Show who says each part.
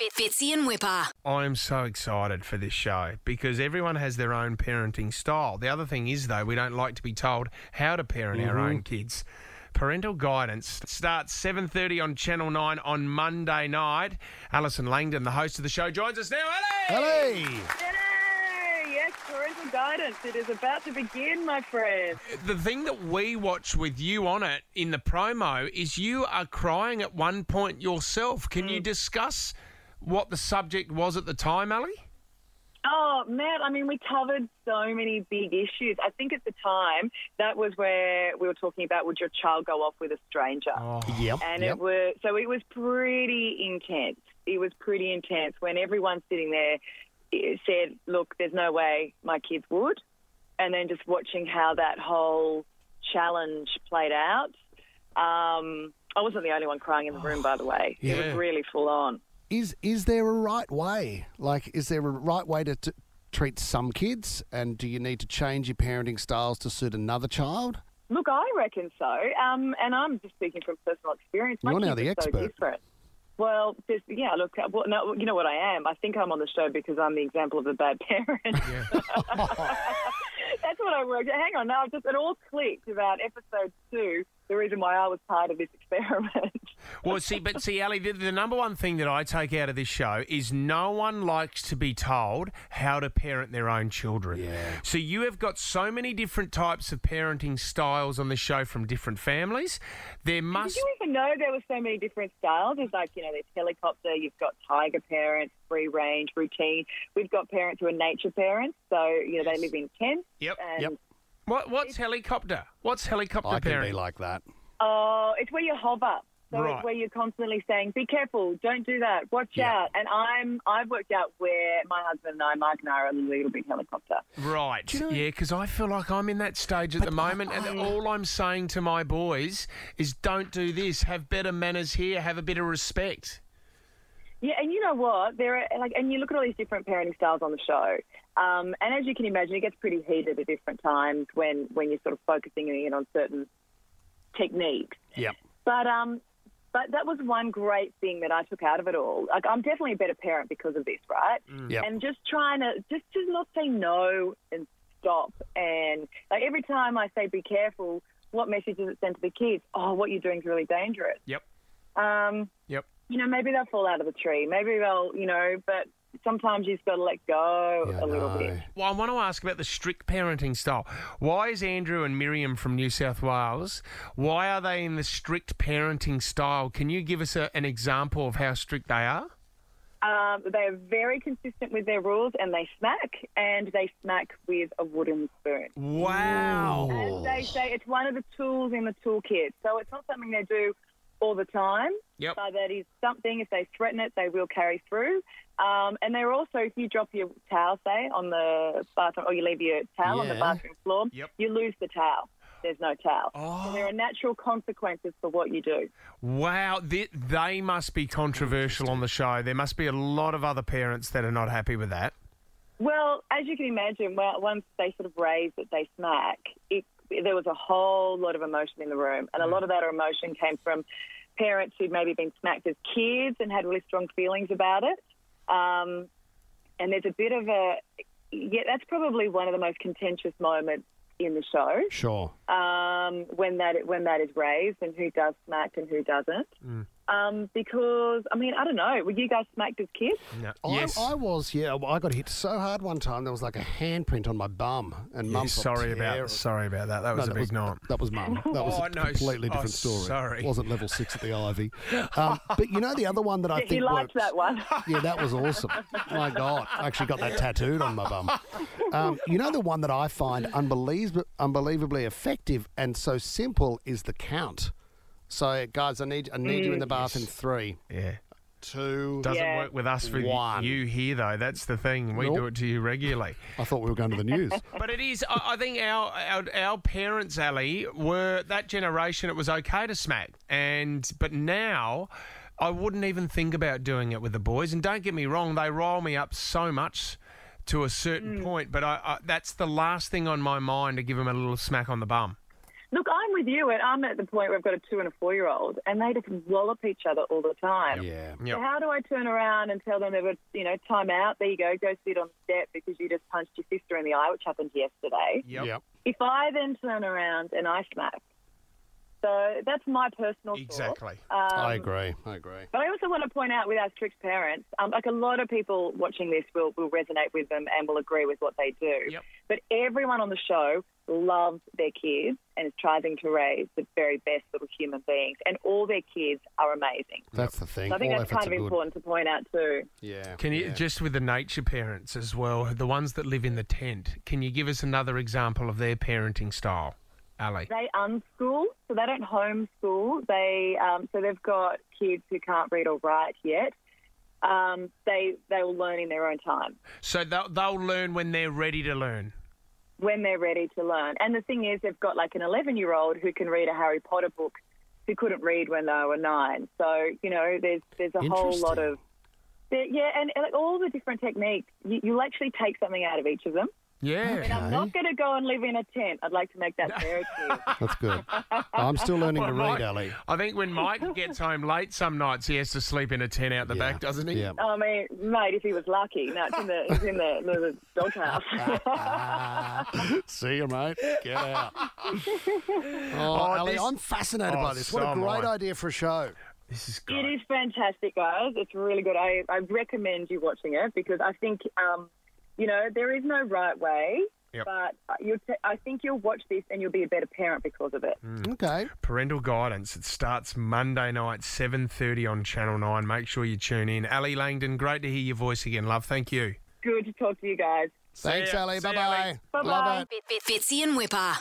Speaker 1: Fitzy and Whipper.
Speaker 2: I am so excited for this show because everyone has their own parenting style. The other thing is, though, we don't like to be told how to parent our own kids. Parental guidance starts 7:30 on Channel 9 on Monday night. Alison Langdon, the host of the show, joins us now. Ali!
Speaker 3: Ellie!
Speaker 4: Yay! Yes, parental guidance. It is about to begin, my friend.
Speaker 2: The thing that we watch with you on it in the promo is you are crying at one point yourself. Can you discuss what the subject was at the time, Ali?
Speaker 4: Oh, Matt, I mean, we covered so many big issues. I think at the time, that was where we were talking about would your child go off with a stranger?
Speaker 3: Yep.
Speaker 4: And
Speaker 3: yep.
Speaker 4: it was so it was pretty intense. It was pretty intense when everyone sitting there eh, said, "Look, there's no way my kids would," and then just watching how that whole challenge played out. Um, I wasn't the only one crying in the room, by the way. It
Speaker 2: Yeah.
Speaker 4: was really full on.
Speaker 3: Is is there a right way? Like, is there a right way to t- treat some kids? And do you need to change your parenting styles to suit another child?
Speaker 4: Look, I reckon so. Um, and I'm just speaking from personal experience. My
Speaker 3: You're now
Speaker 4: kids
Speaker 3: the
Speaker 4: are So
Speaker 3: expert.
Speaker 4: different. Well, this, yeah, look, uh, well, no, you know what I am? I think I'm on the show because I'm the example of a bad parent. That's what I worked out. Hang on, now I've just, it all clicked about episode two, the reason why I was part of this experiment.
Speaker 2: Well, see, but see, Ali, the, the number one thing that I take out of this show is no one likes to be told how to parent their own children.
Speaker 3: Yeah.
Speaker 2: So you have got so many different types of parenting styles on the show from different families. There
Speaker 4: Did
Speaker 2: must.
Speaker 4: you even know there were so many different styles? There's like, you know, there's helicopter, you've got tiger parents, free range, routine. We've got parents who are nature parents, so, you know, they live in tents.
Speaker 2: Yep.
Speaker 4: And
Speaker 3: Yep.
Speaker 2: What, what's helicopter? What's helicopter
Speaker 3: I can
Speaker 2: parenting?
Speaker 3: be like that.
Speaker 4: Oh, it's where you hover. So
Speaker 2: Right.
Speaker 4: it's where you're constantly saying, "Be careful! Don't do that! Watch
Speaker 2: Yeah.
Speaker 4: out!" And I'm I've worked out where my husband and I, Mike and I, are a little bit helicopter.
Speaker 2: Right. Yeah, 'cause yeah, because I feel like I'm in that stage at the moment, and all I'm saying to my boys is don't do this, have better manners here, have a bit of respect.
Speaker 4: Yeah, and you know what? There are like, and you look at all these different parenting styles on the show, um, and as you can imagine, it gets pretty heated at different times when when you're sort of focusing in on certain techniques.
Speaker 3: Yep.
Speaker 4: But um, but that was one great thing that I took out of it all. Like, I'm definitely a better parent because of this, right?
Speaker 3: Yep.
Speaker 4: And just trying to just to not say no and stop. And like every time I say be careful, what message does it send to the kids? Oh, what you're doing is really dangerous.
Speaker 2: Yep.
Speaker 4: Um,
Speaker 2: Yep.
Speaker 4: you know, maybe they'll fall out of the tree. Maybe they'll, you know, but sometimes you've got to let go
Speaker 3: Yeah,
Speaker 4: a little
Speaker 3: no.
Speaker 4: bit.
Speaker 2: Well, I want to ask about the strict parenting style. Why is Andrew and Miriam from New South Wales? Why are they in the strict parenting style? Can you give us a, an example of how strict they are?
Speaker 4: Um, they are very consistent with their rules and they smack, and they smack with a wooden spoon.
Speaker 3: Oh.
Speaker 2: Wow.
Speaker 4: As they say, it's one of the tools in the toolkit. So it's not something they do all the time.
Speaker 2: Yep.
Speaker 4: But Uh, that is something, if they threaten it, they will carry through. Um, and they're also, if you drop your towel, say, on the bathroom, or you leave your towel on the
Speaker 3: Yeah.
Speaker 4: bathroom floor,
Speaker 2: Yep.
Speaker 4: you lose the towel. There's no towel.
Speaker 2: Oh.
Speaker 4: So there are natural consequences for what you do.
Speaker 2: Wow. They, they must be controversial on the show. There must be a lot of other parents that are not happy with that.
Speaker 4: Well, as you can imagine, well, once they sort of raised that they smack, it, there was a whole lot of emotion in the room,
Speaker 3: Mm.
Speaker 4: and a lot of that emotion came from parents who'd maybe been smacked as kids and had really strong feelings about it. Um, and there's a bit of a yeah, that's probably one of the most contentious moments in the show
Speaker 3: Sure.
Speaker 4: um, when that when that is raised and who does smack and who doesn't.
Speaker 3: Mm.
Speaker 4: Um, because I mean, I don't know, were you guys smacked as kids?
Speaker 2: No.
Speaker 3: I, I was, yeah. I got hit so hard one time, there was like a handprint on my bum. And mum felt
Speaker 2: sorry about
Speaker 3: terrible.
Speaker 2: sorry about that. That was a
Speaker 3: that
Speaker 2: big
Speaker 3: was,
Speaker 2: night.
Speaker 3: That was mum. That was
Speaker 2: Oh,
Speaker 3: a
Speaker 2: no,
Speaker 3: completely
Speaker 2: oh,
Speaker 3: different story.
Speaker 2: sorry.
Speaker 3: Wasn't level six at the Ivy. Um, but you know the other one that I
Speaker 4: He
Speaker 3: think
Speaker 4: liked
Speaker 3: works-
Speaker 4: that one.
Speaker 3: Yeah, that was awesome. My God, I actually got that tattooed on my bum. Um, you know the one that I find unbelievably, unbelievably effective and so simple is the count. So guys, I need I need you in
Speaker 4: Mm,
Speaker 3: the bath in three,
Speaker 2: Yeah.
Speaker 3: two.
Speaker 2: Doesn't
Speaker 4: Yeah.
Speaker 2: work with us with
Speaker 3: One.
Speaker 2: you here though. That's the thing. We
Speaker 3: Nope.
Speaker 2: do it to you regularly.
Speaker 3: I thought we were going to the news.
Speaker 2: But it is. I, I think our, our our parents, Ali, were that generation. It was okay to smack, and but now. I wouldn't even think about doing it with the boys, and don't get me wrong, they roll me up so much to a certain point. But I, I, that's the last thing on my mind to give them a little smack on the bum.
Speaker 4: Look, I'm with you, and I'm at the point where I've got a two and a four year old, and they just wallop each other all the time.
Speaker 3: Yeah.
Speaker 4: So
Speaker 2: Yep.
Speaker 4: how do I turn around and tell them they were, you know, time out? There you go, go sit on the step because you just punched your sister in the eye, which happened yesterday.
Speaker 2: Yep.
Speaker 4: If I then turn around and I smack, so that's my personal thought.
Speaker 2: Exactly.
Speaker 4: Um,
Speaker 3: I agree. I agree.
Speaker 4: But I also want to point out with our strict parents, um, like a lot of people watching this will, will resonate with them and will agree with what they do.
Speaker 2: Yep.
Speaker 4: But everyone on the show loves their kids and is trying to raise the very best little human beings, and all their kids are amazing.
Speaker 3: That's the thing.
Speaker 4: So I think
Speaker 3: All
Speaker 4: that's
Speaker 3: efforts
Speaker 4: kind of
Speaker 3: are good.
Speaker 4: important to point out too.
Speaker 3: Yeah.
Speaker 2: Can you
Speaker 3: yeah.
Speaker 2: just with the nature parents as well, the ones that live in the tent? Can you give us another example of their parenting style, Ali?
Speaker 4: They unschool, so they don't homeschool. They um, so they've got kids who can't read or write yet. Um, they they will learn in their own time.
Speaker 2: So they'll, they'll learn when they're ready to learn.
Speaker 4: when they're ready to learn. And the thing is, they've got like an 11 year old who can read a Harry Potter book who couldn't read when they were nine. So, you know, there's, there's a whole lot
Speaker 3: Interesting.
Speaker 4: of. there- Yeah, and, and like, all the different techniques, you, you'll actually take something out of each of them.
Speaker 2: Yeah.
Speaker 4: I'm not going to go and live in a tent. I'd like to make that very clear.
Speaker 3: That's good. I'm still learning to
Speaker 2: Well,
Speaker 3: read,
Speaker 2: Mike-
Speaker 3: Ali.
Speaker 2: I think when Mike gets home late some nights, he has to sleep in a tent out the
Speaker 3: Yeah.
Speaker 2: back, doesn't he?
Speaker 3: Yeah.
Speaker 4: I mean, mate, if he was lucky. No, it's in the, it's in the, the, the doghouse.
Speaker 3: See you, mate. Get out. oh, Ali,
Speaker 2: this-
Speaker 3: I'm fascinated
Speaker 2: Oh,
Speaker 3: by this.
Speaker 2: so
Speaker 3: What a
Speaker 2: am
Speaker 3: great
Speaker 2: I.
Speaker 3: idea for a show.
Speaker 2: This is
Speaker 4: It
Speaker 2: great.
Speaker 4: is fantastic, guys. It's really good. I, I recommend you watching it because I think, um, you know, there is no right way.
Speaker 2: Yep.
Speaker 4: But you'll t- I think you'll watch this and you'll be a better parent because of it.
Speaker 3: Mm.
Speaker 2: Hmm.
Speaker 3: Okay.
Speaker 2: Parental guidance. It starts Monday night, 7.30 on Channel 9. Make sure you tune in. Ali Langdon, great to hear your voice again, love. Thank you.
Speaker 4: Good to talk to you guys.
Speaker 3: Thanks,
Speaker 2: ya.
Speaker 3: Ali.
Speaker 2: See ya,
Speaker 3: Bye
Speaker 2: Ali.
Speaker 3: bye.
Speaker 4: Bye-bye.
Speaker 3: Love it.
Speaker 1: Bitsy and Whipper.